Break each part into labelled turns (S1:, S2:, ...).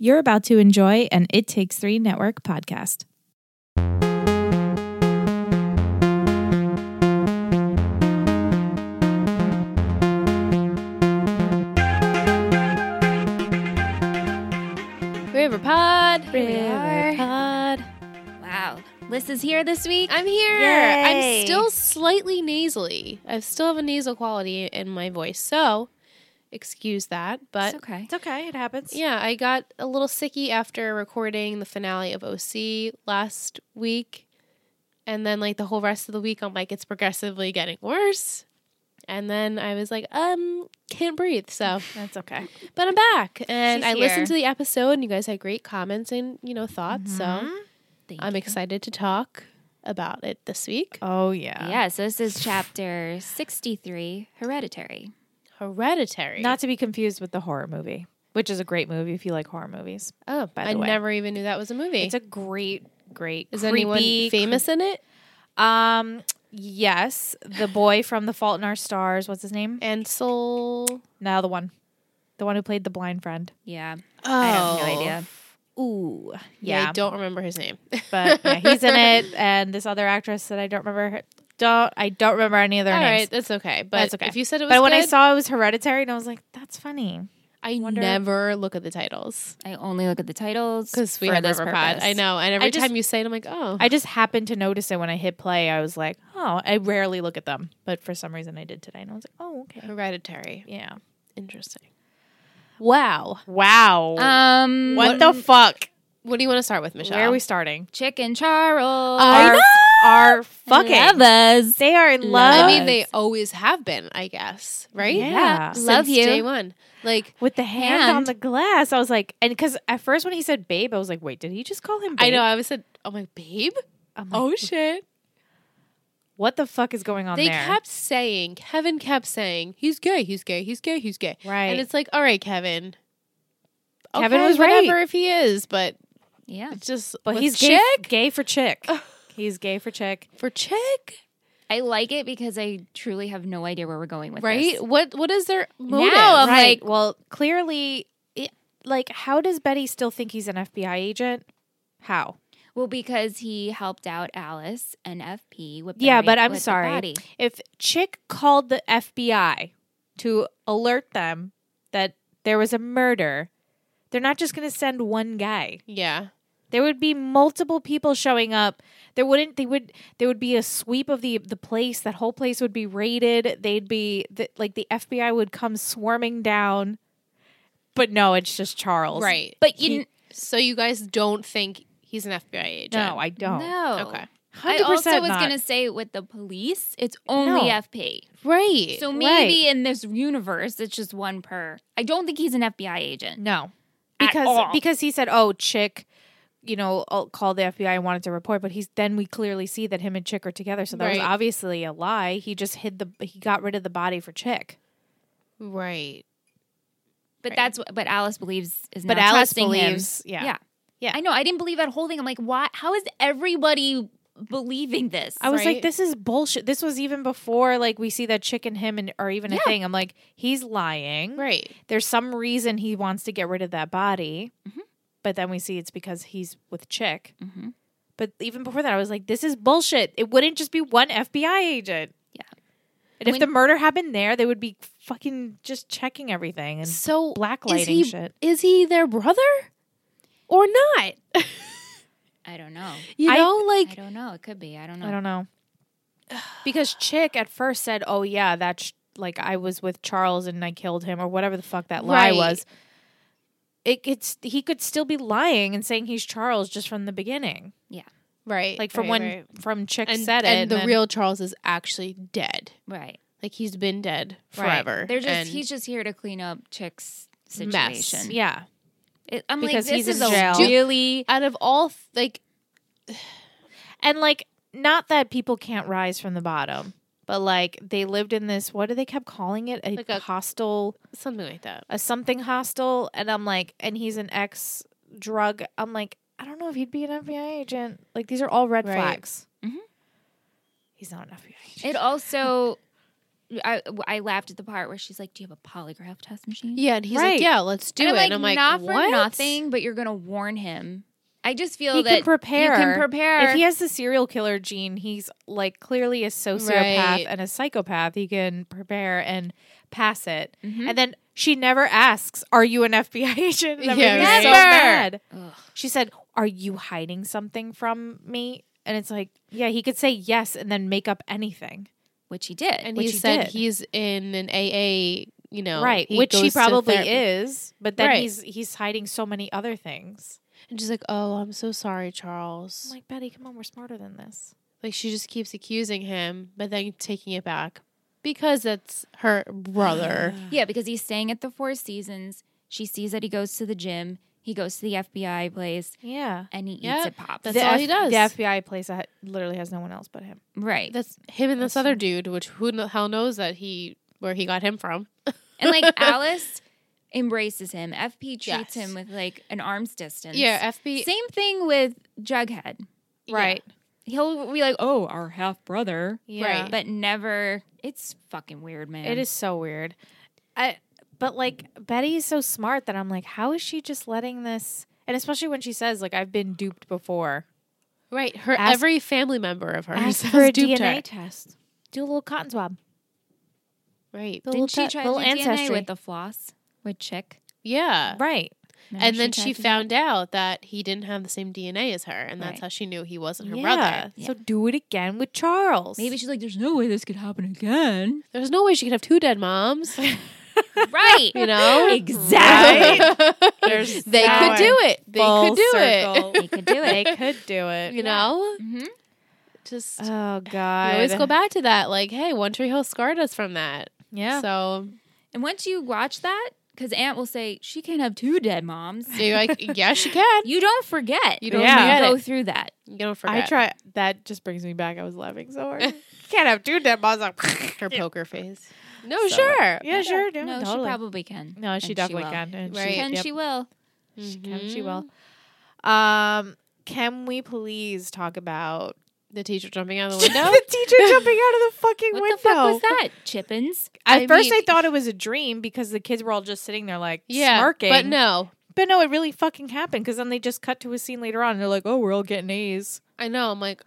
S1: You're about to enjoy an It Takes Three Network podcast.
S2: River Pod.
S3: Here we are.
S2: Pod.
S3: Wow. Liz is here this week.
S2: I'm here.
S3: Yay.
S2: I'm still slightly nasally. I still have a nasal quality in my voice, so excuse that. But
S3: it's okay.
S1: It's okay. It happens.
S2: yeah, I got a little sicky after recording the finale of OC last week. And then like the whole rest of the week I'm like it's progressively getting worse. And then I was like, um, can't breathe. So
S1: That's okay.
S2: But I'm back, and
S3: She's
S2: I
S3: here.
S2: listened to the episode, and you guys had great comments and you know thoughts.
S3: Mm-hmm.
S2: So
S3: Thank
S2: I'm
S3: you.
S2: excited to talk about it this week.
S1: Oh, yeah.
S3: Yeah, so this is chapter 63, Hereditary.
S2: Hereditary.
S1: Not to be confused with the horror movie, which is a great movie if you like horror movies.
S2: oh,
S1: by
S2: I
S1: the way.
S2: never even knew that was a movie.
S1: It's a great, great,
S2: is
S1: creepy,
S2: anyone famous in it?
S1: Um, yes, the boy from The Fault in Our Stars. What's his name?
S2: Ansel.
S1: No, the one, the one who played the blind friend.
S3: Yeah.
S2: Oh,
S3: I have no idea.
S1: Ooh,
S2: Yeah,
S1: yeah,
S2: I don't remember his name.
S1: but yeah, he's in it, and this other actress that I don't remember. Her, don't I don't remember any of
S2: All
S1: their
S2: right,
S1: names.
S2: that's okay. But
S1: That's okay.
S2: if you said it was,
S1: But when I
S2: good,
S1: saw it was Hereditary, and I was like, "That's funny."
S2: I
S1: wonder-
S2: never look at the titles
S3: I only look at the titles.
S2: because we
S3: for
S2: have
S3: this
S2: River Pod.
S3: purpose.
S2: I know, and every
S1: I just-
S2: time you say it, I'm like, oh,
S1: I just happened to notice it when I hit play. I was like, "Oh, I rarely look at them, but for some reason I did today." And I was like, "Oh, okay,
S2: Hereditary.
S1: yeah,
S2: Interesting. Wow.
S1: wow,
S3: Um,
S1: what the fuck?
S2: What do you want to start with, Michelle?
S1: Where are we starting?"
S3: Chicken Charles.
S1: Are are fucking
S3: Lovers.
S1: They are in love.
S2: I mean, they always have been, I guess, right?
S1: Yeah.
S3: Yeah.
S2: Since
S3: Love you.
S2: Day one. Like,
S1: with the hand, on
S3: Hand.
S1: the glass. I was like, and because at first when he said babe, I was like, wait, did he just call him? Babe?
S2: I know, I was said, I'm like, babe?
S1: I'm like,
S2: Oh, shit.
S1: what the fuck is going on
S2: They
S1: there?
S2: kept saying, Kevin kept saying, he's gay, he's gay, he's gay, he's gay.
S1: right.
S2: And it's like, all right, Kevin.
S1: Kevin
S2: Okay,
S1: was right.
S2: whatever if he is, but
S3: Yeah.
S2: it's just,
S1: but
S2: with
S1: he's
S2: chick
S1: gay, gay for chick. he's gay for chick.
S2: for chick,
S3: I like it because I truly have no idea where we're going with
S2: right?
S3: this.
S2: What What is their motive?
S3: I'm
S1: right.
S3: like-
S1: well, clearly, it, like, how does Betty still think he's an FBI agent? How?
S3: Well, because he helped out Alice and FP with
S1: Yeah,
S3: the,
S1: but I'm
S3: with the
S1: sorry.
S3: body.
S1: If Chick called the FBI to alert them that there was a murder, they're not just going to send one guy.
S2: yeah.
S1: There would be multiple people showing up. There wouldn't. They would. There would be a sweep of the the place. That whole place would be raided. They'd be the, like the FBI would come swarming down. But no, it's just Charles.
S2: Right.
S3: But you
S1: He-
S3: kn-
S2: So you guys don't think he's an FBI agent?
S1: No, I don't.
S3: no.
S2: Okay.
S3: I
S1: 100%
S3: also was
S1: not.
S3: gonna say with the police, it's
S1: No.
S3: only FP.
S2: Right.
S3: So
S1: Right.
S3: maybe in this universe, it's just one per. I don't think he's an FBI agent.
S1: No,
S3: At
S1: because
S3: all.
S1: because he said, "Oh, Chick, you know, I'll call the FBI and wanted to report," but he's then we clearly see that him and Chick are together, so that was
S2: Right.
S1: obviously a lie. He just hid the he got rid of the body for Chick.
S2: right.
S3: But
S1: Right.
S3: that's what but Alice believes is.
S1: But
S3: now
S1: Alice
S3: trusting him.
S1: believes- yeah.
S3: yeah,
S1: Yeah.
S3: I know. I didn't believe that whole thing. I'm like, why? How is everybody believing this?
S1: I was like,
S2: Right?
S1: this is bullshit. This was even before like we see that Chick and him and are even a
S3: Yeah.
S1: thing. I'm like, he's lying.
S2: Right.
S1: There's some reason he wants to get rid of that body.
S3: Mhm.
S1: But then we see it's because he's with Chick.
S3: Mhm.
S1: But even before that, I was like, this is bullshit. It wouldn't just be one FBI agent.
S3: Yeah.
S1: And if
S3: When-
S1: the murder happened there, they would be fucking just checking everything and
S2: So
S1: blacklighting
S2: is he,
S1: shit.
S2: Is he their brother or not?
S3: I don't know.
S2: You
S1: I-
S2: know,
S3: I
S2: like
S3: don't know. It could be. I don't know.
S1: I don't know. Because Chick at first said, "Oh yeah, that's like I was with Charles and I killed him or whatever the fuck that lie
S2: Right.
S1: was." It, it's he could still be lying and saying he's Charles just from the beginning,
S2: right,
S1: like from
S2: right,
S1: when
S2: right.
S1: from Chick
S2: and,
S1: said it.
S2: and the
S1: then-
S2: real Charles is actually dead.
S3: Right.
S2: Like he's been dead
S1: Right.
S2: forever.
S3: They're just.
S2: and
S3: he's just here to clean up Chick's
S2: Mess.
S3: situation.
S1: yeah,
S3: It- I'm
S1: Because
S3: like,
S1: he's
S3: this is
S1: in jail.
S3: a really.
S2: out of all th- like
S1: and like not that people can't rise from the bottom, but like they lived in this. What do they kept calling it? A
S2: Like a-
S1: hostel.
S2: something like that.
S1: a something hostel and I'm like and he's an ex drug I'm like I don't know if he'd be an FBI agent like these are all red
S2: Right.
S1: flags
S3: Mhm.
S1: he's not an FBI agent
S3: It also I, I laughed at the part where she's like, "Do you have a polygraph test machine?"
S2: Yeah, and he's
S1: Right.
S2: like, yeah, let's do
S3: and I'm
S2: it.
S3: like,
S2: and I'm like,
S3: not
S2: what?
S3: for nothing, but you're gonna warn him. I just feel
S1: He
S3: that
S1: can prepare.
S3: You can prepare.
S1: If he has the serial killer gene, he's like clearly a sociopath
S2: Right.
S1: and a psychopath. He can prepare and pass it.
S3: Mhm.
S1: And then she never asks, "Are you an FBI agent?" And
S2: Yeah,
S1: everybody's so
S3: right.
S1: mad.
S3: Ugh.
S1: She said, "Are you hiding something from me?" And it's like, yeah, he could say yes and then make up anything.
S3: which he did.
S2: And
S1: Which
S2: he
S1: he
S2: said
S1: did.
S2: he's in an AA, you know,
S1: right, which he
S2: goes to
S1: probably
S2: therapy.
S1: is, but then
S2: Right.
S1: he's he's hiding so many other things.
S2: And she's like, oh, I'm so sorry,
S1: I'm
S2: Charles. Like,
S1: like, "Betty, come on, we're smarter than this."
S2: she just keeps accusing him, but then taking it back because that's her brother.
S3: Yeah, because he's staying at the Four Seasons. She sees that he goes to the gym. He goes to the FBI place,
S1: Yeah.
S3: and he
S2: Yeah,
S3: eats a pop.
S2: that's- all he does.
S1: The FBI place that literally has no one else but him.
S3: right.
S2: that's him and this other dude, which who the hell knows that he where he got him from.
S3: and like Alice embraces him. FP treats
S2: Yes.
S3: him with like an arm's distance.
S2: Yeah, FB.
S3: Same thing with Jughead.
S2: Right.
S3: He'll be like, "Oh, our half brother,"
S1: Yeah.
S2: Right.
S3: but never. It's fucking weird, man.
S1: It is so weird. I but like Betty is so smart that I'm like, how is she just letting this and especially when she says, like, I've been duped before.
S2: Right. Her
S1: Ask-
S2: every family member of hers
S1: Ask
S2: has
S1: for a
S2: duped
S1: DNA
S2: her.
S1: test. Do a little cotton swab.
S2: Right.
S1: The
S3: Didn't she
S1: cut-
S3: try
S1: little
S3: to do DNA
S1: ancestry.
S3: with the floss with Chick?
S2: Yeah.
S1: Uh, Right.
S3: Remember
S2: And then she,
S3: tried to do
S2: found out that he didn't have the same DNA as her, and that's
S3: Right.
S2: how she knew he wasn't her
S1: yeah.
S2: brother.
S1: So do it again with Charles.
S3: that? Maybe she's like, "There's no way this could happen again."
S2: There's no way she could have two dead moms,
S3: right.
S2: you know?
S3: Exactly.
S1: There's
S2: they
S1: that
S2: could do it. They
S1: full
S2: could do
S1: circle.
S2: it.
S3: They could do
S1: they
S3: it.
S1: could do it.
S2: You know?
S3: hmm
S2: Just we
S1: Oh God.
S2: always go back to that. Like, hey, One Tree Hill scarred us from that.
S1: Yeah.
S2: So
S3: And once you watch that, because Aunt will say she can't have two dead moms.
S2: you're like, yeah, she can.
S3: You don't forget.
S2: You don't
S1: Yeah.
S2: forget
S3: go
S2: it.
S3: through that.
S2: You don't forget.
S1: I try that just brings me back. I was laughing so hard. Can't have two dead moms. Like,
S2: her poker face. No,
S3: So-
S2: Oh, sure.
S1: yeah, sure. No,
S3: no,
S1: totally.
S3: she probably can.
S1: No, she
S3: And
S1: definitely
S3: will.
S1: can. And
S2: Right.
S1: she,
S3: Can
S1: yep.
S3: she will?
S1: She can. She
S2: Mhm.
S1: will. Um, can we please talk about
S2: The teacher jumping out of the window.
S1: the teacher jumping out of the fucking
S3: What
S1: window?
S3: the fuck was that? Chippins.
S1: At
S2: I
S1: first,
S2: mean-
S1: I thought it was a dream because the kids were all just sitting there like
S2: yeah,
S1: smirking.
S2: but no,
S1: but no, it really fucking happened because then they just cut to a scene later on and they're like, "Oh, we're all getting A's."
S2: I know. I'm like,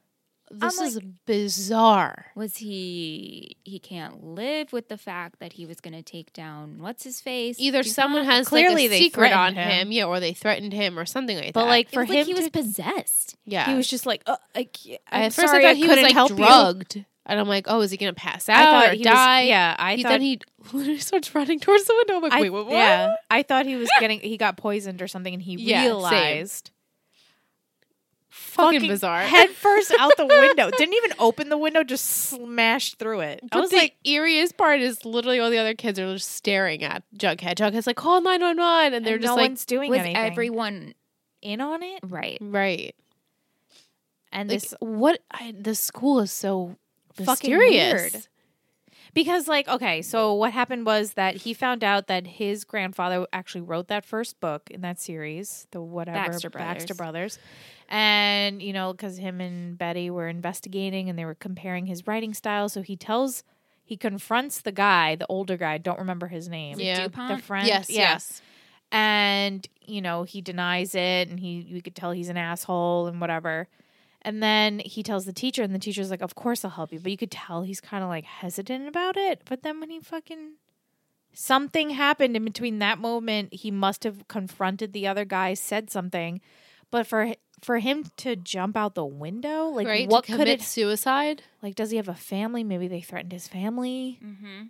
S2: this
S3: I'm
S2: is bizarre.
S3: Was he? He can't live with the fact that he was going to take down what's his face.
S2: Either
S3: Dupont?
S2: someone has
S1: Clearly
S2: like a
S1: they
S2: secret
S1: threatened
S2: on him.
S1: him.
S2: yeah, or they threatened him or something like
S1: But
S2: that.
S1: like
S3: It
S1: for
S3: was
S1: him,
S3: like he was
S1: to-
S3: possessed.
S2: yeah,
S1: he was just like, "Uh, I, can't-
S2: I-
S1: I'm
S2: at first
S1: sorry,
S2: I
S1: I
S2: thought he was
S1: couldn't
S2: like
S1: help you."
S2: drugged, and I'm like, oh, is he gonna pass out
S1: I thought
S2: or
S1: he
S2: die?
S1: was. Yeah, I
S2: he,
S1: thought
S2: then he literally starts running towards the window. I'm like,
S1: I-
S2: wait, what? what?
S1: Yeah, I thought he was getting he got poisoned or something, and he
S2: Yeah, same.
S1: realized.
S2: Fucking bizarre.
S1: Head first out the window. Didn't even open the window. Just smashed through it.
S2: But
S1: I was
S2: the
S1: like,
S2: eeriest part is literally all the other kids are just staring at Jughead. Jughead's like, call 911. And they're
S1: and
S2: just
S1: no
S2: like,
S1: one's doing
S3: Was
S1: anything.
S3: everyone
S1: in on it?
S3: right?
S2: right.
S1: And
S2: Like,
S1: this
S2: what? I, the school is so
S1: Fucking
S2: mysterious.
S1: weird. because, like, okay, so what happened was that he found out that his grandfather actually wrote that first book in that series, the whatever
S3: Baxter Brothers.
S1: Baxter Brothers. and you know, because him and Betty were investigating and they were comparing his writing style, so he tells. He confronts the guy, the older guy. Don't remember his name.
S2: Yeah.
S1: the
S3: Dupont.
S1: friend.
S2: Yes,
S1: Yeah.
S2: yes.
S1: and you know he denies it and he you could tell he's an asshole and whatever and then he tells the teacher and the teacher's like of course i'll help you but you could tell he's kind of like hesitant about it but then when he fucking something happened in between that moment he must have confronted the other guy said something but for for him to jump out the window like
S2: right?
S1: what
S2: to
S1: could it
S2: commit suicide?
S1: like does he have a family maybe they threatened his family
S3: Mm-hmm.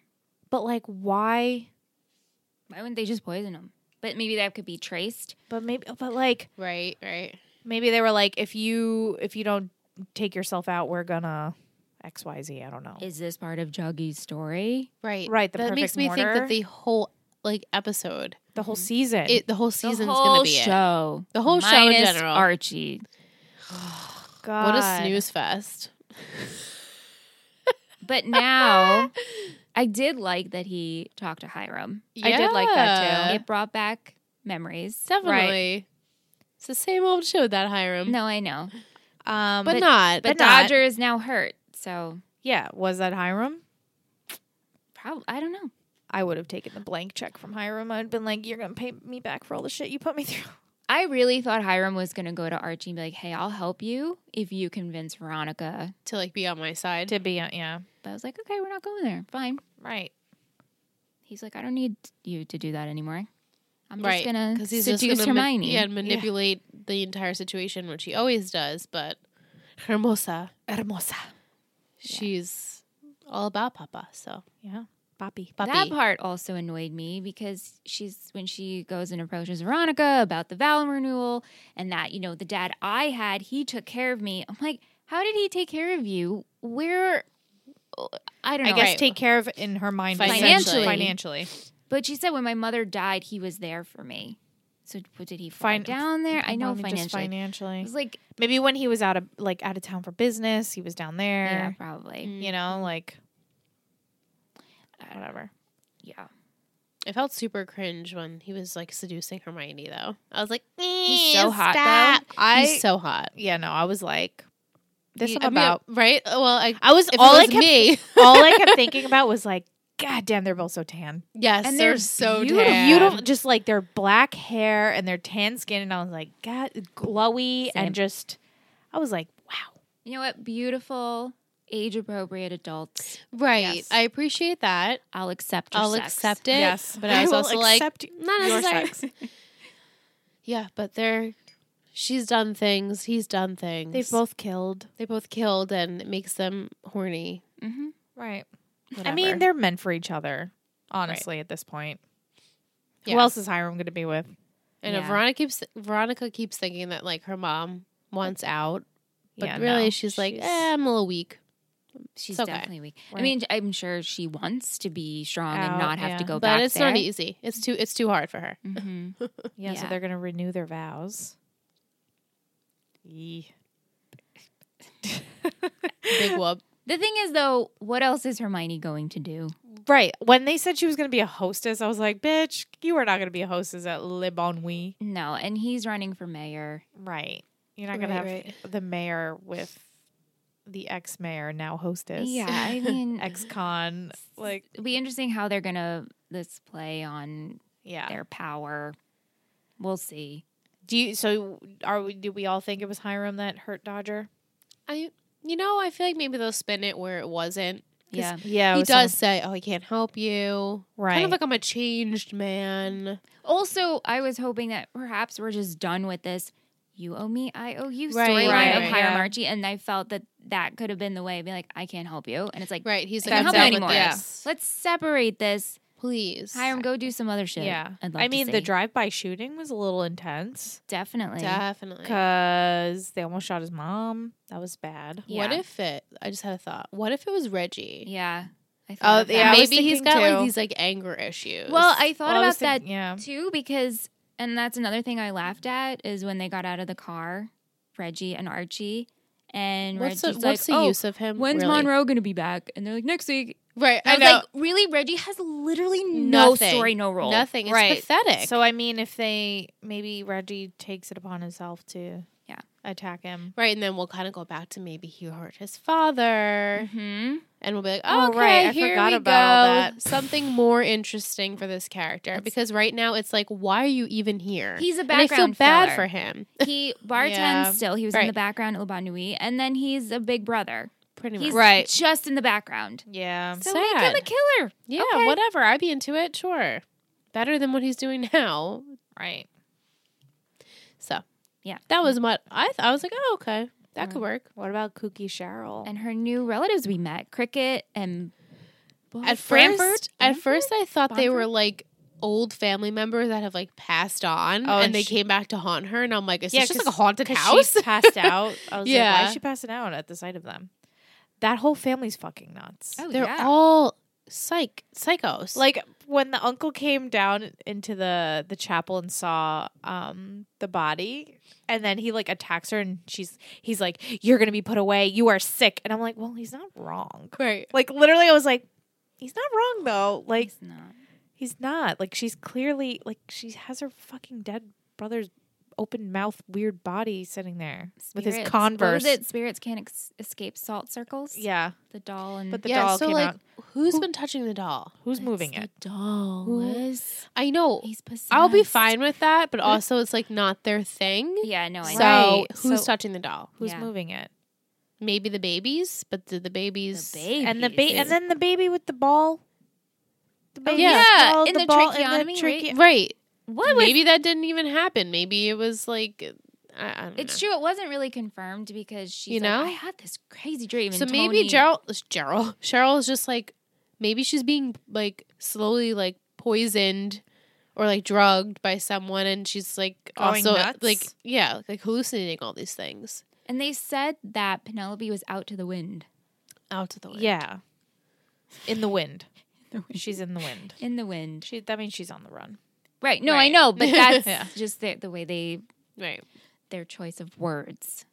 S1: but like why
S3: Why wouldn't they just poison him? But maybe that could be traced.
S1: but maybe but like
S2: Right, right.
S1: Maybe they were like, if you if you don't take yourself out, we're gonna X Y Z. I don't know.
S3: Is this part of Juggy's story?
S2: Right.
S1: Right, the
S2: that makes
S1: perfect
S2: me think
S1: mortar.
S2: that the whole like episode,
S1: the whole season.
S2: it the whole season's
S3: the
S2: gonna
S3: whole
S2: be it.
S3: show.
S2: The whole show in
S3: Minus
S2: general.
S3: Archie.
S1: God.
S2: What a snooze fest.
S3: But now I did like that he talked to Hiram. I did like that
S2: Yeah.
S3: too. It brought back memories.
S2: Definitely. It's the same old show that Hiram.
S3: No, I know.
S1: Um,
S2: but,
S1: but,
S2: not.
S3: But
S1: not.
S3: Dodger is now hurt. So
S1: yeah, was that Hiram?
S3: Probably. I don't know.
S1: I would have taken the blank check from Hiram. I'd been like, "You're gonna pay me back for all the shit you put me through."
S3: I really thought Hiram was going to go to Archie and be like, hey, I'll help you if you convince Veronica.
S2: to like be on my side.
S1: To be, uh, yeah,
S3: But I was like, okay, we're not going there. Fine.
S1: right.
S3: He's like, I don't need you to do that anymore. I'm
S2: right.
S3: just going to
S2: 'Cause he's just
S3: seduce
S2: gonna ma-
S3: Hermione.
S2: yeah, manipulate the entire situation, which he always does. But Hermosa,
S1: Hermosa.
S2: she's all about Papa. So
S1: Yeah, Poppy.
S3: That
S2: Papi.
S3: part also annoyed me because she's when she goes and approaches Veronica about the Valen renewal and that, you know, the dad I had, he took care of me. I'm like, how did he take care of you? Where I don't
S1: I
S3: know.
S1: guess
S2: Right.
S1: take care of in her mind financially.
S2: Financially.
S1: Financially,
S3: But she said when my mother died, he was there for me. So what, did he fly
S1: Fin-
S3: down there? I know
S1: Probably just
S3: financially.
S1: financially.
S3: It was like
S1: Maybe when he was out of like out of town for business, he was down
S3: yeah,
S1: there.
S3: probably.
S1: You know, like whatever.
S3: Yeah.
S2: I felt super cringe when he was like seducing Hermione, though. I was like,
S3: He's so
S2: "Eh,
S3: hot,
S2: stop."
S1: though. I-
S2: He's so hot.
S1: Yeah, no, I was like, there's
S2: He-
S1: some
S2: I mean,
S1: about.
S2: right? uh, Well, I,
S1: I was
S2: if
S1: all
S2: it
S1: I
S2: was
S1: kept
S2: me.
S1: all I kept thinking about was like, God damn, they're both so tan.
S2: yes,
S3: And
S2: they're,
S3: they're
S2: so
S3: beautiful.
S2: tan.
S1: Beautiful, just like their black hair and their tan skin, and I was like, God, glowy
S3: Same.
S1: and just. I was like, wow.
S3: You know what? Beautiful, age appropriate adults.
S2: right?
S1: Yes.
S2: I appreciate that.
S3: I'll accept your
S2: I'll
S3: sex.
S2: accept it.
S1: Yes.
S2: but I was
S1: will
S2: also like,
S1: accept
S2: not
S1: your
S2: necessary.
S1: sex.
S2: Yeah, but they're she's done things, he's done things.
S1: They've both killed.
S2: they both killed and it makes them horny.
S3: hmm
S1: Right. I
S2: Whatever.
S1: mean, they're meant for each other, honestly, at this point.
S2: Yeah.
S1: Who else is Hiram going to be with?
S2: I know
S3: Yeah.
S2: Veronica keeps Veronica keeps thinking that like her mom wants out, but
S1: Yeah,
S2: really
S1: no.
S2: she's like,
S3: She's-
S2: eh, I'm a little weak.
S3: She's
S2: It's okay.
S3: definitely weak. I
S1: Right.
S3: mean, I'm sure she wants to be strong and
S1: Out,
S3: not have to
S1: yeah.
S3: go
S2: But
S3: back
S2: it's
S3: there.
S2: not easy. It's too it's too hard for her.
S3: Mhm.
S1: Yeah, so
S3: Yeah.
S1: they're going to renew their vows. Yee.
S2: Big whoop.
S3: The thing is, though, what else is Hermione going to do?
S1: Right. When they said she was going to be a hostess, I was like, bitch, you are not going to be a hostess at Le Bon Oui.
S3: No, and he's running for mayor.
S1: Right. You're not going
S2: Right,
S1: to have the mayor with the ex mayor, now hostess.
S3: Yeah, I mean,
S1: Ex con. Like,
S3: it'll be interesting how they're gonna this play on
S1: yeah.
S3: their power. We'll see.
S1: Do you, so are we, do we all think it was Hiram that hurt Dodger?
S2: I you know, I feel like maybe they'll spin it where it wasn't. 'Cause
S3: Yeah,
S1: Yeah.
S2: he does say, Oh, I can't help you.
S1: Right.
S2: Kind of like I'm a changed man.
S3: Also, I was hoping that perhaps we're just done with this you owe me, I owe you
S2: Right,
S3: storyline
S1: right,
S3: of
S1: right,
S3: Hiram
S1: yeah.
S3: Archie. And I felt that that could have been the way. Be like, I can't help you. And it's like,
S2: Right. He's
S3: I
S2: like,
S3: can't
S2: I'm
S3: help you
S2: done
S3: anymore.
S2: with this.
S3: Let's separate this.
S2: Please.
S3: Hiram, go do some other shit.
S1: Yeah.
S3: I'd love
S1: I
S3: to
S1: mean,
S3: see.
S1: the drive by shooting was a little intense
S3: Definitely.
S2: Definitely.
S1: because they almost shot his mom. That was bad.
S2: What
S3: Yeah.
S2: if it? I just had a thought. What if it was Reggie?
S3: Yeah. I
S1: Oh,
S3: thought of
S1: yeah, I
S3: that.
S1: was
S2: Maybe he's
S1: thinking
S2: got like
S1: too.
S2: these like anger issues.
S3: Well, I thought
S1: Well, I
S3: about
S1: was
S3: that
S1: thinking- Yeah.
S3: too because, and that's another thing I laughed at is when they got out of the car, Reggie and Archie, and
S2: what's the,
S3: Reggie's
S2: what's
S3: like,
S2: the
S3: "Oh,
S2: use of him?
S3: when's
S2: really?
S3: Monroe gonna be back?" And they're like, "Next week."
S2: Right,
S3: I,
S2: I
S3: was
S2: know.
S3: like, really? Reggie has literally no
S2: Nothing.
S3: story, no role.
S2: Nothing. It's
S1: Right.
S2: pathetic.
S1: So I mean, if they maybe Reggie takes it upon himself to
S3: Yeah.
S1: attack him.
S2: right, and then we'll kind of go back to maybe he hurt his father,
S3: hmm
S2: and we'll be like,
S1: Oh,
S2: okay,
S1: right, I
S2: here
S1: forgot
S2: we
S1: about all
S2: go.
S1: that.
S2: Something more interesting for this character because right now it's like, why are you even here?
S3: He's a
S2: And I feel
S3: background
S2: bad
S3: filler.
S2: for him.
S3: He bartends
S1: Yeah.
S3: still. He was in the
S2: Right.
S3: background at Le Bon Nuit, and then he's a big brother.
S2: Pretty much.
S3: He's
S1: Right.
S3: just in the background.
S1: Yeah.
S3: So make him a
S2: Sad.
S3: killer.
S2: Yeah,
S3: Okay.
S2: whatever. I'd be into it. Sure, better than what he's doing now.
S1: Right.
S2: So
S3: Yeah.
S2: that was what I th- I was like, oh okay, that could
S3: Right.
S2: work.
S1: What about Kooky Cheryl?
S3: And her new relatives we met, Cricket and
S2: At Mm-hmm.
S3: Branford?
S2: first, at
S1: mm-hmm.
S2: first I thought they were
S3: Bamford?
S2: like old family members that have like passed on,
S1: Oh,
S2: and,
S1: and
S2: they
S1: she-
S2: came back to haunt her. And I'm like, is
S1: Yeah,
S2: this just like a
S1: 'cause-
S2: haunted
S1: 'Cause
S2: house?
S1: She passed out. I was like, why
S2: Yeah.
S1: is she passing out at the sight of them? That whole family's fucking nuts.
S3: Oh,
S2: They're
S3: yeah.
S2: all psych psychos.
S1: Like when the uncle came down into the the chapel and saw um the body and then he like attacks her and she's he's like you're going to be put away. You are sick. And I'm like, "Well, he's not wrong."
S2: right.
S1: Like literally I was like, "He's not wrong though." Like
S3: He's not.
S1: he's not. Like she's clearly like she has her fucking dead brother's open mouth, weird body sitting there with his
S3: Spirits.
S1: Converse.
S3: What was it? Spirits can't ex- escape salt circles.
S1: Yeah,
S3: The doll and
S1: but the
S2: yeah,
S1: doll
S2: so
S1: came
S2: like,
S1: out.
S2: who's
S1: Who-
S2: been touching the doll?
S1: Who's moving
S3: It's
S1: it?
S3: The doll.
S2: Who-
S3: is-
S2: I know.
S3: He's possessed.
S2: I'll be fine with that, but also it's like not their thing.
S3: Yeah, no, I
S2: So
S3: know.
S1: Right.
S2: who's
S1: So-
S2: touching the doll?
S1: Who's
S3: Yeah.
S1: moving it?
S2: Maybe the babies, but did the babies?
S3: The baby.
S1: And the ba- and then the baby with the ball. The
S3: Oh,
S1: baby
S2: yeah.
S1: with the ball,
S3: In
S1: the
S3: the
S1: ball
S3: tracheotomy,
S1: and the
S3: right?
S1: trache-
S2: Right.
S3: what was
S2: Maybe that didn't even happen. Maybe it was like I, I don't
S3: It's
S2: know.
S3: true. It wasn't really confirmed because she's
S2: You
S3: like,
S2: know?
S3: I had this crazy dream.
S2: So
S3: and
S2: maybe
S3: Tony-
S2: Gerald, Gerald, Cheryl is just like maybe she's being like slowly like poisoned or like drugged by someone, and she's like
S1: Going
S2: also
S1: nuts?
S2: like yeah, like hallucinating all these things
S3: And they said that Penelope was out to the wind.
S2: out to the wind.
S1: Yeah. In the wind. She's in the wind.
S3: In the wind.
S1: She that means she's on the run.
S3: Right. No, I
S2: Right.
S3: know, but that's
S1: Yeah.
S3: just the, the way they,
S2: right.
S3: their choice of words.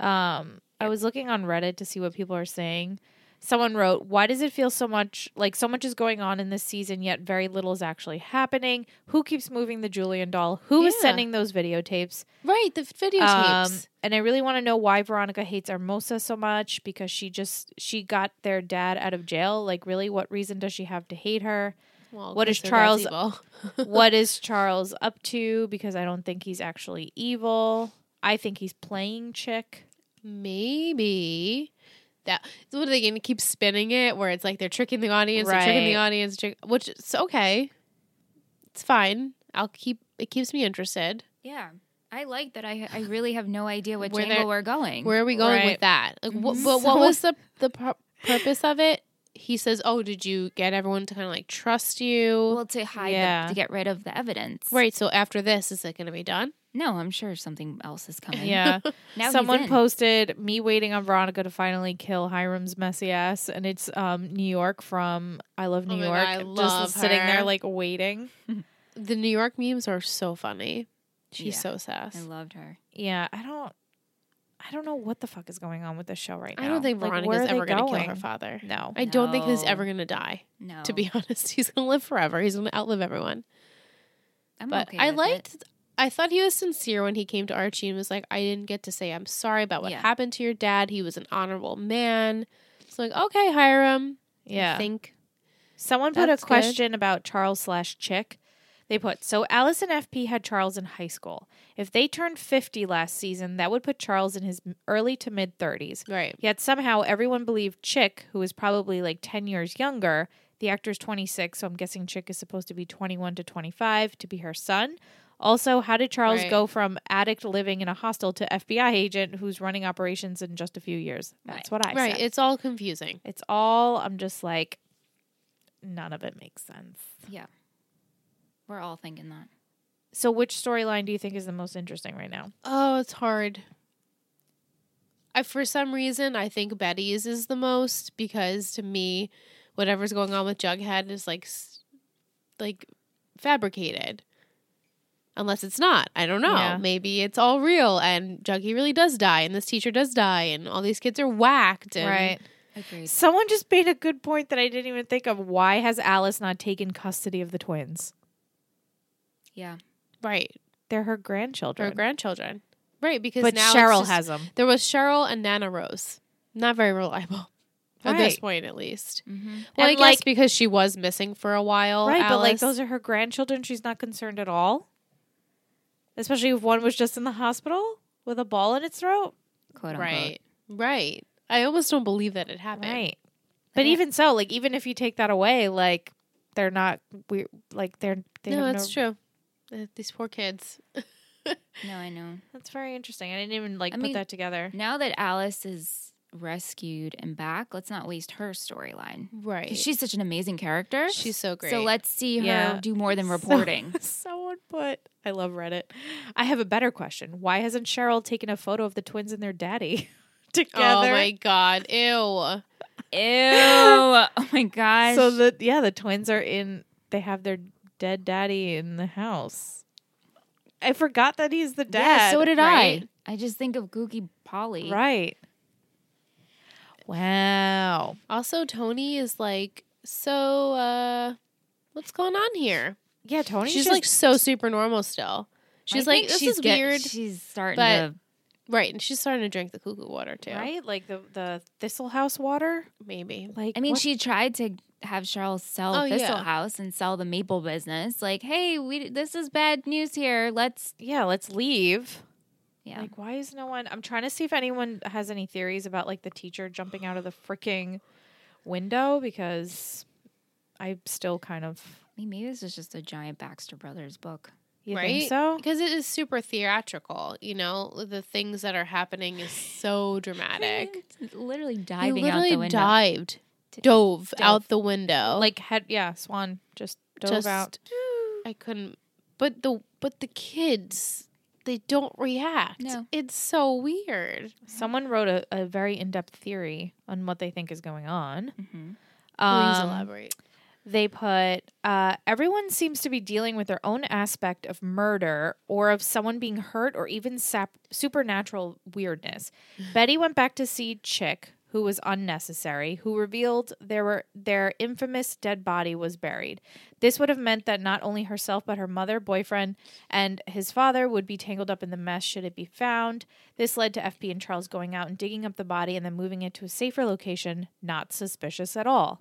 S1: Um I was looking on Reddit to see what people are saying. Someone wrote, "Why does it feel so much like so much is going on in this season yet very little is actually happening? Who keeps moving the Julian doll? Who is
S2: Yeah.
S1: sending those videotapes?"
S2: Right, the videotapes.
S1: Um, and I really want to know why Veronica hates Hermosa so much because she just she got their dad out of jail. Like really, what reason does she have to hate her?
S2: well,
S1: what
S2: okay,
S1: is
S2: so that's
S1: Charles-
S2: evil.
S1: what is Charles up to? Because I don't think he's actually evil. I think he's playing chick.
S2: Maybe that. So what are they going to keep spinning it? Where it's like they're tricking the audience, they're tricking the
S1: Right.
S2: audience, trick, which is okay. It's fine. I'll keep. It keeps me interested.
S3: Yeah. I like that I, I really have no idea which
S2: Where
S3: angle
S2: they're-
S3: we're going.
S2: Where are we going
S1: Right.
S2: with that? Like, wha-
S3: Mhm.
S2: but what
S3: So-
S2: was the the pur- purpose of it? He says, "Oh, did you get everyone to kind of like trust you?"
S3: well, to hide, the-
S1: Yeah.
S3: to get rid of the evidence.
S2: right. So after this, is it going to be done?
S3: No, I'm sure something else is coming.
S1: Yeah.
S3: Now he's
S1: Someone
S3: in.
S1: posted me waiting on Veronica to finally kill Hiram's messy ass, and it's um New York from I Love
S2: Oh
S1: New
S2: my
S1: York.
S2: God, I love
S1: just sitting there
S2: her.
S1: like waiting.
S2: The New York memes are so funny. She's
S3: Yeah.
S2: so sass.
S3: I loved her.
S1: Yeah, I don't I don't know what the fuck is going on with this show right now.
S2: I don't think
S1: Like,
S2: Veronica's
S1: where are they
S2: ever going to kill her
S1: going?
S2: father.
S1: No.
S2: I don't think he's
S3: No.
S2: ever going to die.
S3: No.
S2: To be honest, he's going to live forever. He's going to outlive everyone.
S3: I'm
S2: But
S3: okay
S2: I
S3: with it.
S2: liked. I thought he was sincere when he came to Archie and was like, "I didn't get to say I'm sorry about what
S3: Yeah.
S2: happened to your dad. He was an honorable man." It's like, okay, Hiram.
S1: Yeah.
S2: I think
S1: Someone put
S2: That's
S1: a
S2: good.
S1: question about Charles slash Chick. They put so Alice and FP had Charles in high school. If they turned fifty last season, that would put Charles in his m- early to mid thirties.
S2: right.
S1: Yet somehow everyone believed Chick, who is probably like ten years younger. The actor's twenty six, so I'm guessing Chick is supposed to be twenty one to twenty five to be her son. Also, how did Charles
S2: Right.
S1: go from addict living in a hostel to FBI agent who's running operations in just a few years? That's what I
S2: right.
S1: said.
S2: It's all confusing.
S1: It's all I'm just like none of it makes sense.
S3: Yeah. We're all thinking that.
S1: So which storyline do you think is the most interesting right now?
S2: Oh, it's hard. I for some reason I think Betty's is the most because to me, whatever's going on with Jughead is like, s- like, fabricated. Unless it's not, I don't know.
S1: Yeah.
S2: Maybe it's all real, and Juggy really does die, and this teacher does die, and all these kids are whacked. And
S3: Agreed.
S1: Someone just made a good point that I didn't even think of. Why has Alice not taken custody of the twins?
S3: Yeah.
S2: right,
S1: They're her
S2: her
S1: grandchildren.
S2: grandchildren, right? Because
S1: but
S2: now
S1: Cheryl
S2: it's just-
S1: has them.
S2: There was Cheryl and Nana Rose, not very reliable at this
S1: Right.
S2: point, at least.
S3: Mm-hmm.
S1: And,
S2: Well, I guess
S1: like-
S2: because she was missing for a while,
S1: Right, but like
S2: Alice.
S1: those are her grandchildren. She's not concerned at all. Especially if one was just in the hospital with a ball in its throat.
S3: Quote unquote.
S2: right, right. I almost don't believe that it happened.
S1: Right. But
S3: Yeah.
S1: even so, like even if you take that away, like they're not we like they're they
S2: no,
S1: have
S2: it's true. Uh, These poor kids.
S3: No, I know.
S1: That's very interesting. I didn't even like
S3: I
S1: put
S3: mean-
S1: that together.
S3: Now that Alice is rescued and back, let's not waste her storyline. 'Cause
S2: Right.
S3: She's such an amazing character.
S2: She's so great.
S3: So let's see her
S1: Yeah.
S3: do more than reporting.
S1: Someone put I love Reddit. I have a better question. Why hasn't Cheryl taken a photo of the twins and their daddy
S2: Oh
S1: together?
S2: my god. Ew.
S3: Ew. Oh my gosh.
S1: so the yeah, the twins are in they have their dead daddy in the house. I forgot that he's the dad.
S3: yeah, so did
S2: right?
S3: I. I just think of Googie Polly.
S1: Right. Wow.
S2: Also, Tony is like, so uh what's going on here?
S1: Yeah, Tony's
S2: She's
S1: just
S2: like so super normal still. She's
S3: I
S2: like,
S3: think
S2: this
S3: she's
S2: is
S3: get-
S2: weird.
S3: She's starting
S2: but-
S3: to.
S2: Right. And she's starting to drink the cuckoo water too.
S1: right? Like the the Thistle House water.
S2: Maybe.
S1: Like
S3: I mean,
S1: what-
S3: she tried to have Charles sell
S2: Oh,
S3: Thistle
S2: yeah.
S3: House and sell the maple business. Like, hey, we this is bad news here. Let's
S1: yeah, let's leave.
S3: yeah.
S1: Like, why is no one? I'm trying to see if anyone has any theories about like the teacher jumping out of the freaking window because I still kind of
S3: I mean, maybe this is just a giant Baxter Brothers book.
S1: you
S2: right?
S1: think so.
S2: Because it is super theatrical. You know, the things that are happening is so dramatic.
S3: It's literally
S2: You
S3: diving out
S2: literally
S3: the window.
S2: dived,
S3: D-
S2: dove,
S3: dove.
S2: out the window.
S1: Like head, yeah, Swan just dove
S2: Oh. Just-
S1: out.
S2: I couldn't. But the but the kids, they don't react.
S3: No.
S2: It's so weird.
S1: Someone wrote a, a very in depth theory on what they think is going on.
S3: Mhm.
S2: Mm-hmm. Please
S1: Um,
S2: elaborate.
S1: they put uh, everyone seems to be dealing with their own aspect of murder or of someone being hurt or even sap- supernatural weirdness betty went back to see chick who was unnecessary who revealed there were their infamous dead body was buried this would have meant that not only herself but her mother boyfriend and his father would be tangled up in the mess should it be found this led to fp and charles going out and digging up the body and then moving it to a safer location not suspicious at all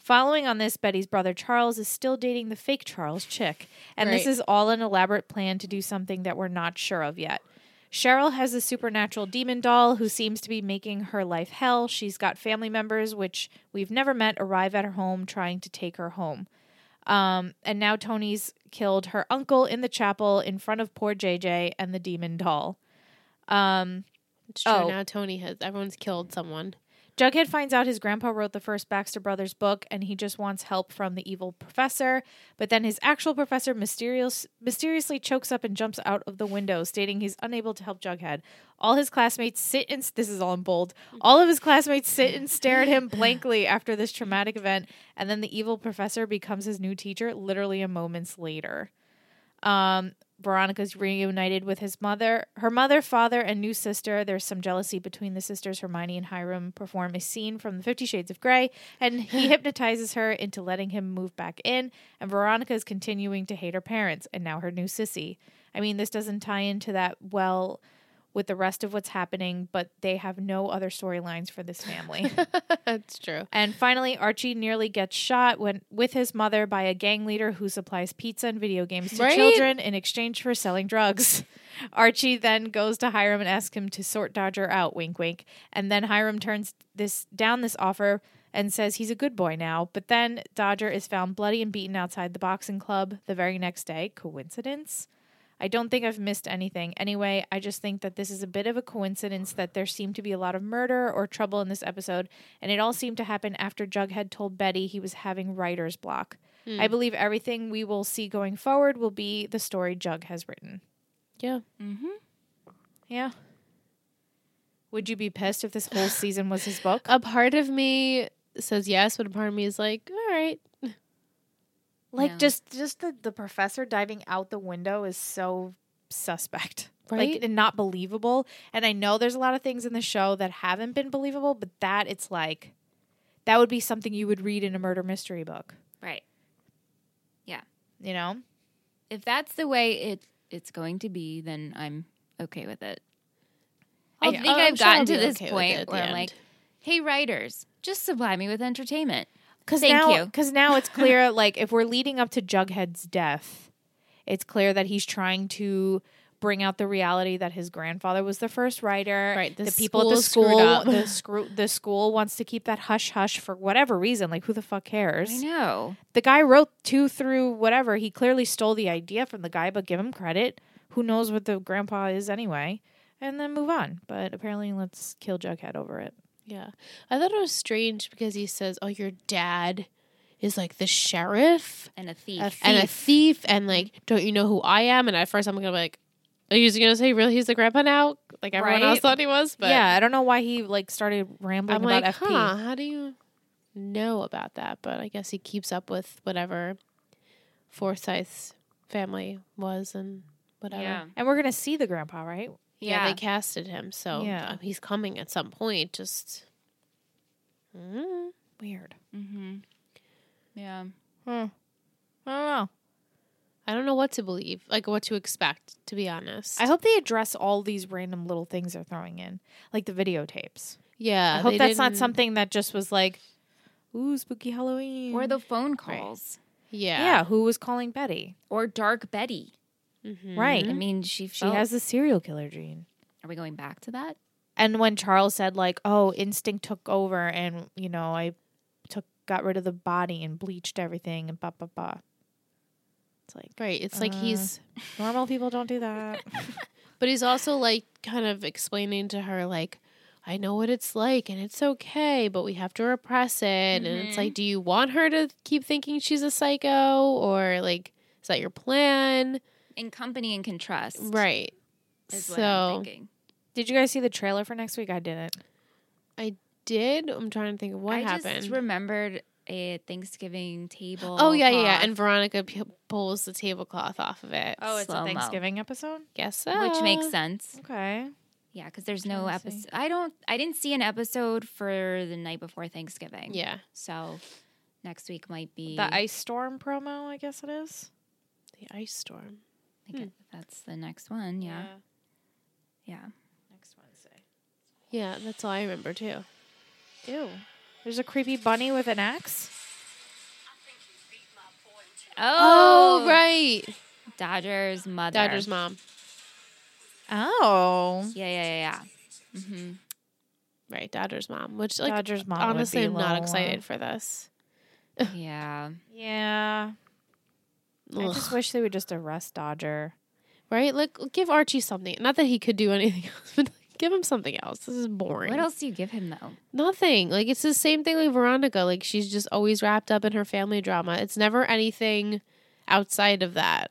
S1: Following on this, Betty's brother Charles is still dating the fake Charles chick, and this
S2: Right.
S1: is all an elaborate plan to do something that we're not sure of yet. Cheryl has a supernatural demon doll who seems to be making her life hell. She's got family members, which we've never met, arrive at her home trying to take her home. Um, and now Tony's killed her uncle in the chapel in front of poor JJ and the demon doll. Um,
S2: It's true.
S1: oh.
S2: Now Tony has everyone's killed someone.
S1: Jughead finds out his grandpa wrote the first Baxter Brothers book and he just wants help from the evil professor. But then his actual professor mysterious, mysteriously chokes up and jumps out of the window, stating he's unable to help Jughead. All his classmates sit and s- this is all in bold. All of his classmates sit and stare at him blankly after this traumatic event. And then the evil professor becomes his new teacher literally a moments later. Um, Veronica's reunited with his mother, her mother, father, and new sister. There's some jealousy between the sisters. Hermione and Hiram perform a scene from the Fifty Shades of Grey, and he hypnotizes her into letting him move back in. And Veronica is continuing to hate her parents and now her new sissy. I mean, this doesn't tie into that well with the rest of what's happening, but they have no other storylines for this family.
S2: That's true.
S1: And finally, Archie nearly gets shot when with his mother by a gang leader who supplies pizza and video games to
S2: Right?
S1: children in exchange for selling drugs. Archie then goes to Hiram and asks him to sort Dodger out, wink wink. And then Hiram turns this down this offer and says he's a good boy now. But then Dodger is found bloody and beaten outside the boxing club the very next day. Coincidence? I don't think I've missed anything. Anyway, I just think that this is a bit of a coincidence that there seemed to be a lot of murder or trouble in this episode, and it all seemed to happen after Jughead told Betty he was having writer's block. I believe everything we will see going forward will be the story Jug has written.
S2: Yeah.
S3: Mm-hmm.
S1: Yeah. Would you be pissed if this whole season was his book?
S2: A part of me says yes, but a part of me is like, all right.
S1: like
S3: No.
S1: just just the, the professor diving out the window is so suspect.
S2: Right?
S1: Like and not believable. And I know there's a lot of things in the show that haven't been believable, but that it's like that would be something you would read in a murder mystery book,
S3: Right.
S1: you know?
S3: If that's the way it it's going to be, then I'm okay with it. I
S2: Yeah. Oh,
S3: think
S2: I'm
S3: I've
S2: sure I'll
S3: gotten to
S2: be
S3: this
S2: okay with it
S3: point
S2: at the
S3: where I'm
S2: end.
S3: like, hey, writers, just supply me with entertainment.
S1: Because
S3: Thank
S1: now,
S3: you.
S1: Because now it's clear, like, if we're leading up to Jughead's death, it's clear that he's trying to bring out the reality that his grandfather was the first writer.
S2: Right, the
S1: The, people at the
S2: school screwed
S1: school,
S2: up.
S1: the, screw, the school wants to keep that hush hush for whatever reason. Like, who the fuck
S3: I
S1: cares?
S3: know.
S1: The guy wrote two through whatever. He clearly stole the idea from the guy, but give him credit. Who knows what the grandpa is anyway? And then move on. But apparently, let's kill Jughead over it.
S2: Yeah. I thought it was strange because he says, Oh, your dad is like the sheriff
S3: And a thief.
S1: A
S2: and a thief and like, don't you know who I am? And at first I'm gonna be like, Are you just gonna say really he's the grandpa now? Like everyone
S1: Right?
S2: else thought he was, but
S1: yeah, I don't know why he like started rambling
S2: I'm
S1: about
S2: like,
S1: FP.
S2: huh, how do you know about that? But I guess he keeps up with whatever Forsyth's family was and whatever.
S3: yeah.
S2: Yeah,
S1: And we're gonna see the grandpa, right?
S2: they
S3: Yeah.
S2: casted him, so
S1: Yeah.
S2: uh, he's coming at some point, just Mm.
S1: Weird.
S3: Mm-hmm. Yeah.
S1: I don't know.
S2: I don't know what to believe, like what to expect, to be honest.
S1: I hope they address all these random little things they're throwing in, like the videotapes.
S2: yeah.
S1: I hope
S2: they
S1: that's not
S2: didn't-
S1: something that just was like, ooh, spooky
S2: Mm.
S1: Halloween.
S3: Or the phone calls.
S2: Yeah.
S1: yeah. who was calling Betty?
S3: Or Dark Betty.
S2: Mhm.
S1: Right.
S3: I mean, she
S1: She
S3: felt-
S1: has the serial killer gene.
S3: Are we going back to that?
S1: And when Charles said like, "Oh, instinct took over, and you know, I took got rid of the body and bleached everything and ba ba ba," it's like
S2: Right. It's like
S1: Uh.
S2: he's,
S1: normal people don't do that.
S2: but he's also like kind of explaining to her, like, I know what it's like and it's okay, but we have to repress it. And it's
S3: Mhm.
S2: like, do you want her to keep thinking she's a psycho or like, is that your plan?
S3: In company and can trust.
S2: Right.
S3: Is
S2: so
S3: what I'm thinking.
S1: Did you guys see the trailer for next week? I didn't.
S2: did I'm trying to think of what
S3: I
S2: happened.
S3: just remembered a Thanksgiving table.
S2: oh yeah, yeah, yeah.
S3: cloth,
S2: And Veronica p- pulls the tablecloth off of it.
S1: Oh, it's
S3: Slow-mo.
S1: a Thanksgiving episode.
S2: guess so.
S3: which makes sense.
S1: Okay.
S3: Yeah, because there's no
S1: Trying to see.
S3: episode. I don't. I didn't see an episode for the night before Thanksgiving.
S2: Yeah,
S3: So next week might be.
S1: The ice storm promo, I guess it is.
S2: the ice storm.
S3: I guess that's the next one. Yeah. Yeah.
S1: Next Wednesday.
S2: Yeah, that's all I remember too.
S1: Ew. There's a creepy bunny with an axe.
S2: Oh, right,
S3: Dodger's mother.
S2: Dodger's mom.
S1: Oh.
S3: Yeah, yeah, yeah, yeah. hmm
S2: Right, Dodger's mom. Which like
S1: Dodger's mom. would
S2: honestly,
S1: be
S2: I'm not
S1: Lola.
S2: excited for this.
S3: yeah.
S1: Yeah. I
S2: Ugh.
S1: just wish they would just arrest Dodger.
S2: right, like give Archie something. Not that he could do anything else, but like, give him something else. This is boring.
S3: What else do you give him though?
S2: Nothing. Like it's the same thing with Veronica. Like she's just always wrapped up in her family drama. It's never anything outside of that.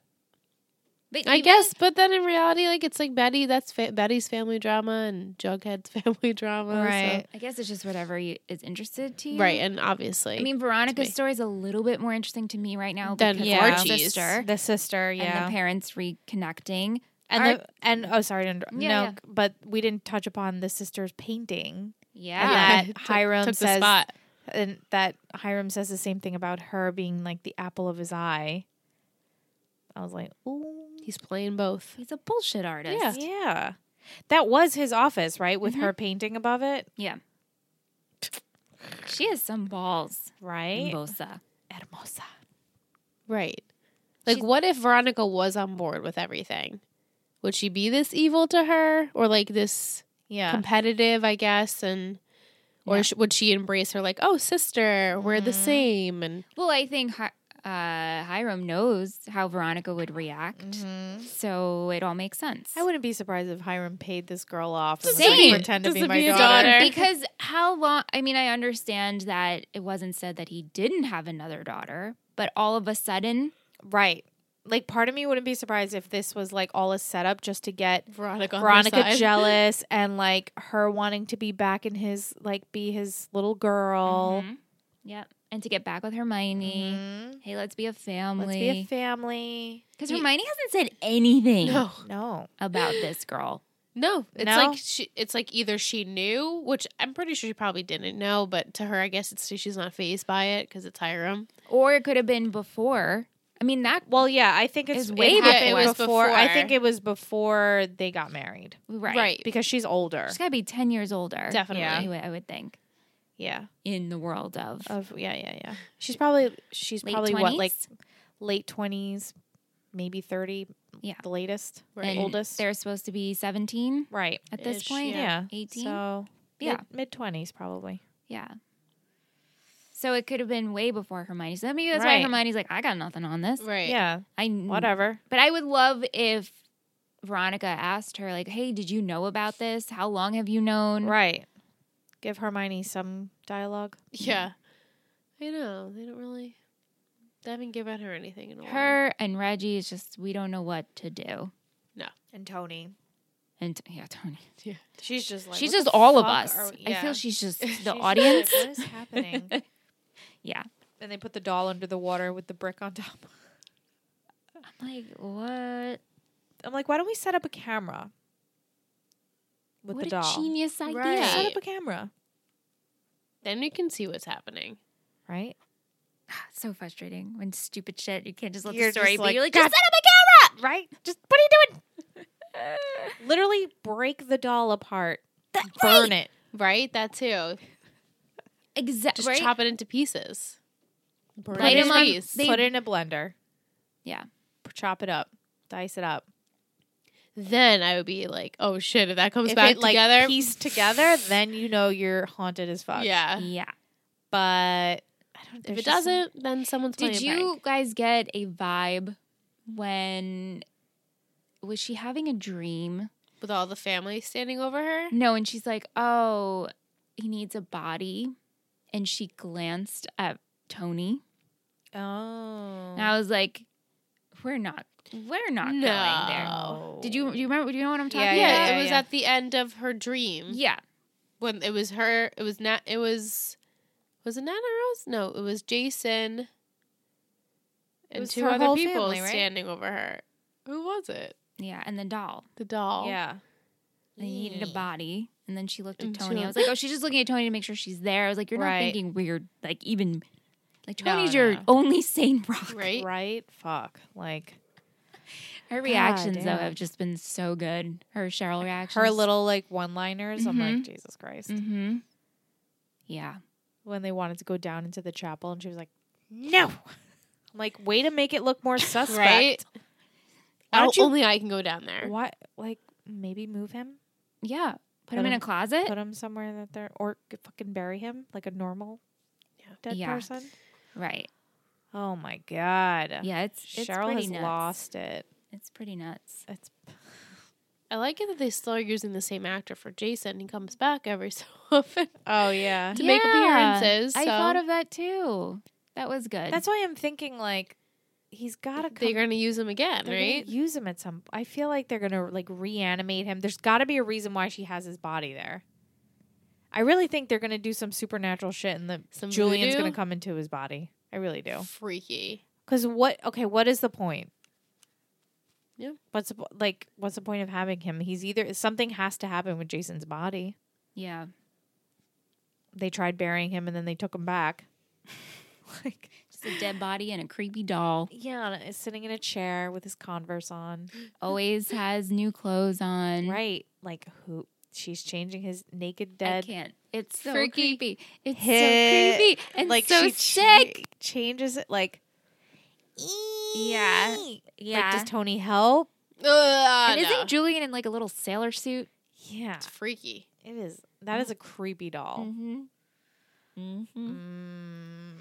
S3: But
S2: I
S3: even-
S2: guess, but then in reality, like it's like Betty. That's fa- Betty's family drama and Jughead's family drama. so-
S3: I guess it's just whatever you, is interested to you.
S2: right, and obviously,
S3: I mean,
S2: me.
S3: Veronica's story is a little bit more interesting to me right now
S2: Than
S3: because
S1: Yeah.
S3: of her
S2: Archie's.
S3: sister
S1: The sister,
S3: and the
S1: yeah.
S3: parents reconnecting.
S1: And,
S3: Ar-
S1: the, and oh, sorry. to inter-
S3: Yeah,
S1: no,
S3: yeah.
S1: but we didn't touch upon the sister's painting.
S3: yeah.
S1: that
S2: Took-
S1: Hiram
S2: took the
S1: says-
S2: spot.
S1: and that Hiram says the same thing about her being like the apple of his eye. I was like, ooh,
S2: He's playing both.
S3: He's a bullshit artist.
S2: Yeah.
S1: yeah, that was his office, right? With her painting above it,
S3: Yeah. She has some balls,
S1: right?
S3: Bosa.
S1: Hermosa.
S2: Right. Like,
S3: She's-
S2: what if Veronica was on board with everything? Would she be this evil to her, or like this
S1: Yeah,
S2: competitive, I guess, and or
S3: Yeah.
S2: sh- would she embrace her like, oh, sister, we're the
S1: Mhm.
S2: same, and
S3: Well, I think Hi- uh, Hiram knows how Veronica would react,
S1: Mhm.
S3: so it all makes sense.
S1: I wouldn't be surprised if Hiram paid this girl off. and was
S3: Same.
S1: like, pretend to
S2: Just
S1: be
S2: to
S1: my
S2: be his
S1: daughter.
S2: daughter.
S3: because how long? I mean, I understand that it wasn't said that he didn't have another daughter, but all of a sudden,
S1: right? Like, part of me wouldn't be surprised if this was like all a setup just to get
S2: Veronica, on her
S1: Veronica
S2: side.
S1: jealous and like her wanting to be back in his like be his little girl.
S3: Mhm. yep, and to get back with Hermione.
S1: Mhm.
S3: Hey, Mm-hmm. let's be a
S1: Let's be a
S3: family.
S1: family.
S3: Because
S2: Ye-
S3: Hermione hasn't said anything
S2: No,
S1: No.
S3: about this girl.
S2: no, it's
S1: No?
S2: like she, it's like either she knew, which I'm pretty sure she probably didn't know, but to her, I guess it's she's not phased by it because it's Hiram.
S3: Or it could have been before. I mean, that
S1: Well, yeah, I think it's,
S3: It's
S1: it
S3: way
S1: happened
S2: before. It was
S1: before. I
S2: before.
S1: think it was before they got married
S3: right.
S1: because she's older.
S3: She's got to be 10 years older.
S2: Definitely.
S3: I would- I would think.
S1: Yeah.
S3: In the world of.
S1: Of yeah, yeah, yeah. She's probably she's
S3: Late
S1: probably what like
S3: 20s?
S1: late 20s, maybe 30,
S3: Yeah.
S1: the latest,
S2: Right.
S1: the
S3: and
S1: oldest.
S3: They're supposed to be 17
S1: Right.
S3: at this
S2: Ish,
S3: point.
S2: yeah.
S1: Yeah.
S3: 18?
S1: So,
S3: Yeah.
S1: mid 20s probably.
S3: Yeah. So it could have been way before Hermione. So maybe that's
S1: Right.
S3: why Hermione's like, I got nothing on this.
S2: right,
S1: Yeah.
S3: I kn-
S1: Whatever.
S3: But I would love if Veronica asked her, like, hey, did you know about this? How long have you known?
S1: Right. Give Hermione some dialogue.
S2: yeah. I know they don't really. They haven't given her anything in a while.
S3: Her and Reggie is just, we don't know what to do.
S1: And Tony.
S3: And t- yeah, Tony.
S1: She's just like
S3: she's
S1: "What
S3: just
S1: the
S3: all of
S1: fuck
S3: us.
S1: are we-"
S3: I
S1: Yeah.
S3: feel she's just
S1: She's
S3: the
S1: just like,
S3: audience.
S1: what is happening?
S3: yeah.
S1: and they put the doll under the water with the brick on top.
S3: I'm like, what?
S1: I'm like, why don't we set up a camera with
S3: what
S1: the
S3: a
S1: doll?
S3: genius idea.
S2: Right.
S1: Set up a camera,
S2: Then you can see what's happening.
S1: right?
S3: so frustrating when stupid shit you can't just let
S1: You're
S3: the story
S1: just
S3: be.
S1: like,
S3: you're like,
S1: "God."
S3: just set up a camera, right? Just what are you doing?
S1: Literally break the doll apart,
S3: That-
S1: burn
S3: right.
S1: it.
S2: Right? That too.
S3: Exactly.
S2: Just chop it into pieces.
S1: Burn
S3: Put
S1: it,
S3: 'em on-
S2: Piece.
S3: they-
S1: put it in a blender.
S3: Yeah.
S1: Chop it up. Dice it up.
S2: Then I would be like, oh shit, if that comes
S1: if
S2: back
S1: it like
S2: together.
S1: pieced together, then you know you're haunted as fuck.
S2: yeah.
S3: Yeah.
S1: But I don't
S2: If
S1: there's
S2: it
S1: just some-
S2: doesn't, then someone's playing
S3: Did
S2: a prank.
S3: you guys get a vibe when was she having a dream?
S2: with all the family standing over her.
S3: No, and she's like, "Oh, he needs a body," and she glanced at Tony,
S1: Oh.
S3: and I was like, "We're not, we're not going there."
S1: No.
S3: Did you do you remember? Do you know what I'm talking
S1: Yeah,
S2: Yeah,
S3: about?
S1: yeah,
S2: it was
S1: yeah.
S2: at the end of her dream
S3: Yeah,
S2: when it was her. It was not. It was was it Nana Rose? No, it was Jason and
S1: was
S2: two
S1: her
S2: other
S1: whole
S2: people
S1: family, right?
S2: standing over her. Who was it?
S3: yeah, and the doll.
S2: The doll.
S1: Yeah.
S3: And he needed a body, and then she looked at
S2: And she
S3: Tony. I was
S2: was-
S3: like, "Oh, she's just looking at Tony to make sure she's there." I was like, "You're not
S1: Right.
S3: thinking weird, like even like
S1: No,
S3: Tony's
S1: no,
S3: your
S1: no.
S3: only sane rock."
S2: Right.
S1: Right? Fuck. Like
S3: Her reactions though
S1: damn.
S3: have just been so good. Her Cheryl reactions.
S1: her little like one liners. I'm like, Jesus Christ.
S3: Mm-hmm. Yeah.
S1: When they wanted to go down into the chapel and she was like, No. I'm like, way to make it look more suspect.
S2: Right.
S1: Why
S2: Oh,
S1: don't you-
S2: only I can go down there.
S1: What like maybe move him?
S3: Yeah. Put,
S1: Put
S3: him in a
S1: him-
S3: closet.
S1: Put him somewhere that they're or g- fucking bury him like a normal
S2: Yeah.
S1: dead
S3: Yeah.
S1: person.
S3: right.
S1: Oh my god.
S3: Yeah. It's, it's
S1: Cheryl
S3: pretty
S1: has
S3: nuts.
S1: lost it.
S3: It's pretty nuts.
S1: It's
S2: I like it that they still are using the same actor for Jason. He comes back every so often.
S1: oh yeah.
S2: To make
S3: Yeah.
S2: appearances,
S3: I
S2: so-
S3: thought of that too. That was good.
S1: That's why I'm thinking like he's got to come.
S2: They're gonna use him again,
S1: they're gonna
S2: right?
S1: use him at some. I feel like they're gonna like reanimate him. There's got to be a reason why she has his body there. I really think they're gonna do some supernatural shit, and the
S2: Some
S1: Julian's
S2: voodoo?
S1: gonna come into his body. I really do.
S2: Freaky.
S1: Because what? Okay, what is the point?
S2: Yeah.
S1: What's the, po- like? What's the point of having him? He's either something has to happen with Jason's body.
S3: yeah.
S1: They tried burying him, and then they took him back. like,
S3: Just a dead body and a creepy doll.
S1: yeah, and it's sitting in a chair with his Converse on.
S2: Mm-hmm.
S3: Always has new clothes on.
S1: Right. Like who she's changing his naked
S3: I
S1: dead.
S3: can't. It's so
S2: Freaky.
S3: creepy. It's
S1: Hit.
S3: so creepy and
S1: like
S3: so
S1: she
S3: sick.
S1: cha- changes it like
S3: Yeah.
S1: "Eek."
S3: Yeah.
S1: Like does Tony help?
S2: Ugh,
S3: and
S2: no.
S3: isn't Julian in like a little sailor suit?
S1: Yeah.
S2: It's freaky.
S1: It is that is a creepy doll.
S3: Mm-hmm. Mm-hmm.
S1: Mm.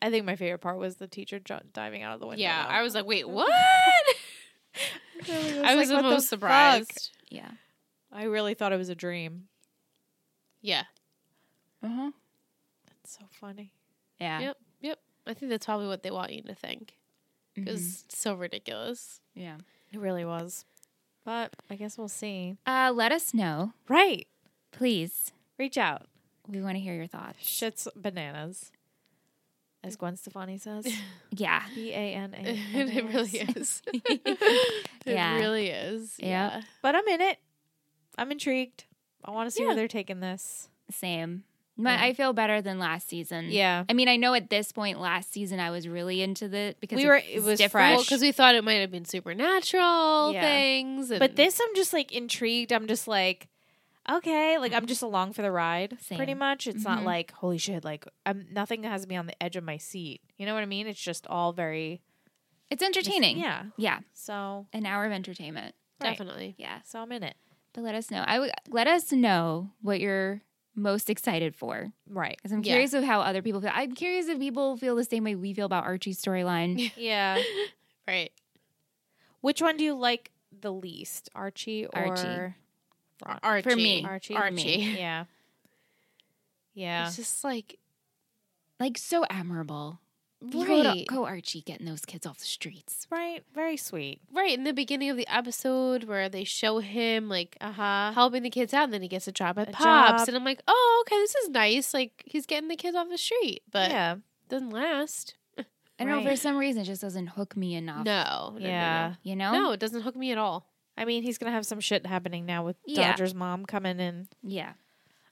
S1: I think my favorite part was the teacher ju- diving out of the window.
S2: Yeah,
S1: though.
S2: I was like, wait, what?
S1: really
S2: I was
S1: like, what
S2: the
S1: the
S2: most
S1: fuck?
S2: surprised.
S3: Yeah.
S1: I really thought it was a dream.
S2: Yeah.
S3: Uh-huh.
S1: That's so funny.
S3: Yeah.
S2: Yep. Yep. I think that's probably what they want you to think. It was so ridiculous.
S3: Yeah.
S1: It really was. But I guess we'll see.
S3: Uh, let us know,
S1: Right.
S3: please.
S1: Reach out.
S3: We want to hear your thoughts.
S1: Shit's bananas. As Gwen Stefani says.
S3: Yeah.
S1: B A N A.
S2: it really is. it
S3: Yeah.
S2: really is.
S3: Yeah.
S1: But I'm in it. I'm intrigued. I want to see
S2: Yeah.
S1: where they're taking this.
S3: Same. My, I feel better than last season.
S1: Yeah.
S3: I mean, I know at this point last season I was really into the because
S1: We were-
S3: it's
S1: it was
S3: different.
S2: Well, because we thought it might have been supernatural
S1: Yeah.
S2: things. And
S1: But this, I'm just like intrigued. I'm just like, okay, like I'm just along for the ride, pretty
S3: Mm-hmm. Same.
S1: much. It's not
S3: Mhm.
S1: like holy shit, like I'm nothing has me on the edge of my seat. You know what I mean? It's just all very
S3: it's entertaining.
S1: Yeah.
S3: Yeah.
S1: So
S3: An hour of entertainment.
S1: right.
S2: definitely.
S3: Yeah.
S1: So I'm in it.
S3: But let us know. I would let us know what you're most excited for
S1: Right.
S3: because I'm
S2: Yeah.
S3: curious of how other people feel. I'm curious if people feel the same way we feel about Archie's storyline.
S1: Yeah.
S2: Right.
S1: Which one do you like the least, Archie or
S3: Archie.
S1: Ron?
S2: Archie.
S3: me.
S1: Archie.
S2: Archie.
S1: Yeah. Yeah.
S2: It's just like
S3: Like so admirable. Go, to-
S2: right.
S3: go Archie getting those kids off the streets.
S1: Right. Very sweet.
S2: Right in the beginning of the episode where they show him like
S1: Uh
S3: Uh-huh.
S1: huh.
S2: helping the kids out, and then he gets a job at
S1: A
S2: Pops,
S1: job.
S2: and I'm like, oh, okay, this is nice. Like he's getting the kids off the street, but
S1: yeah.
S2: doesn't last.
S3: I don't know. For
S1: Right.
S3: some reason, it just doesn't hook me enough.
S2: No, no, no,
S1: Yeah.
S3: You know?
S2: no. no, it doesn't hook me at all.
S1: I mean, he's gonna have some shit happening now with
S3: Yeah.
S1: Dodger's mom coming in.
S3: Yeah.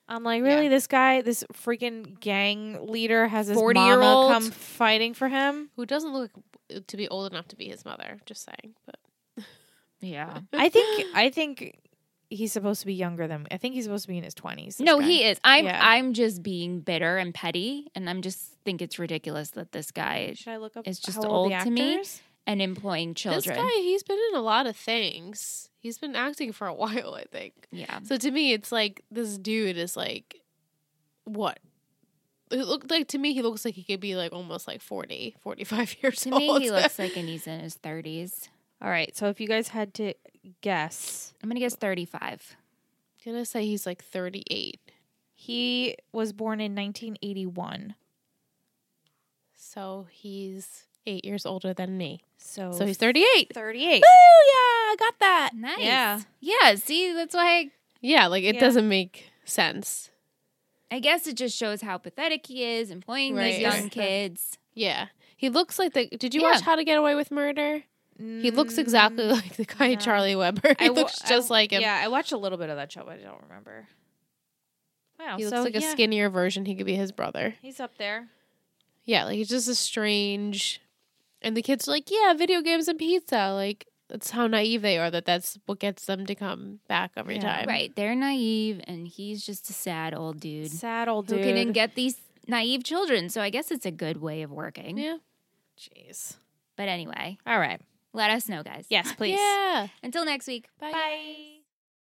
S1: I'm like, really? This guy, this freaking gang leader, has his
S3: 40-year-old?
S1: mama come fighting for him.
S2: Who doesn't look uh, to be old enough to be his mother? Just saying. But
S3: Yeah.
S1: I think, I think he's supposed to be younger than. I think he's supposed to be in his twenties.
S3: No, he is. I'm
S1: Yeah.
S3: I'm just being bitter and petty and I'm just think it's ridiculous that this guy
S1: Should I look up?
S3: It's just
S1: how old,
S3: old
S1: the
S3: to me.
S1: actors?
S3: and employing
S2: this
S3: children.
S2: guy, he's been in a lot of things. He's been acting for a while, I think.
S3: yeah.
S2: So to me, it's like this dude is like, what? It looked like to me, he looks like he could be like almost like 40, 45 years
S3: To
S2: old.
S3: me he looks like and he's in his 30s.
S1: All right. So if you guys had to guess,
S3: I'm going to guess 35.
S2: I'm gonna say he's like 38.
S1: he was born in 1981.
S2: So he's eight years older than me.
S1: So
S2: So he's 38.
S1: 38.
S2: yeah, I got that.
S3: Nice.
S1: Yeah.
S3: Yeah, see that's why I,
S2: Yeah, like it
S1: Yeah.
S2: doesn't make sense.
S3: I guess it just shows how pathetic he is employing
S2: Right.
S3: these young
S2: Yes.
S3: kids.
S2: Yeah. He looks like the. Did you
S3: Yeah.
S2: watch How to Get Away with Murder? He looks exactly
S1: Mm,
S2: like the guy
S1: no.
S2: Charlie Weber. He
S1: I wa-
S2: looks
S1: I
S2: just like him.
S1: Yeah, I watched a little bit of that show, but I don't remember. Wow,
S2: He looks
S1: so
S2: like a
S1: yeah,
S2: skinnier version. He could be his brother.
S1: He's up there.
S2: Yeah, like it's just a strange. And the kids are like, yeah, video games and pizza. Like that's how naive they are. That that's what gets them to come back every
S1: Yeah.
S2: time.
S3: Right. They're naive and he's just a sad old dude.
S1: Sad old
S3: who
S1: dude.
S3: couldn't get these naive children. So I guess it's a good way of working.
S2: Yeah.
S1: Jeez.
S3: But anyway,
S1: All right.
S3: let us know, guys.
S1: Yes, please.
S2: Yeah.
S3: Until next week.
S1: Bye.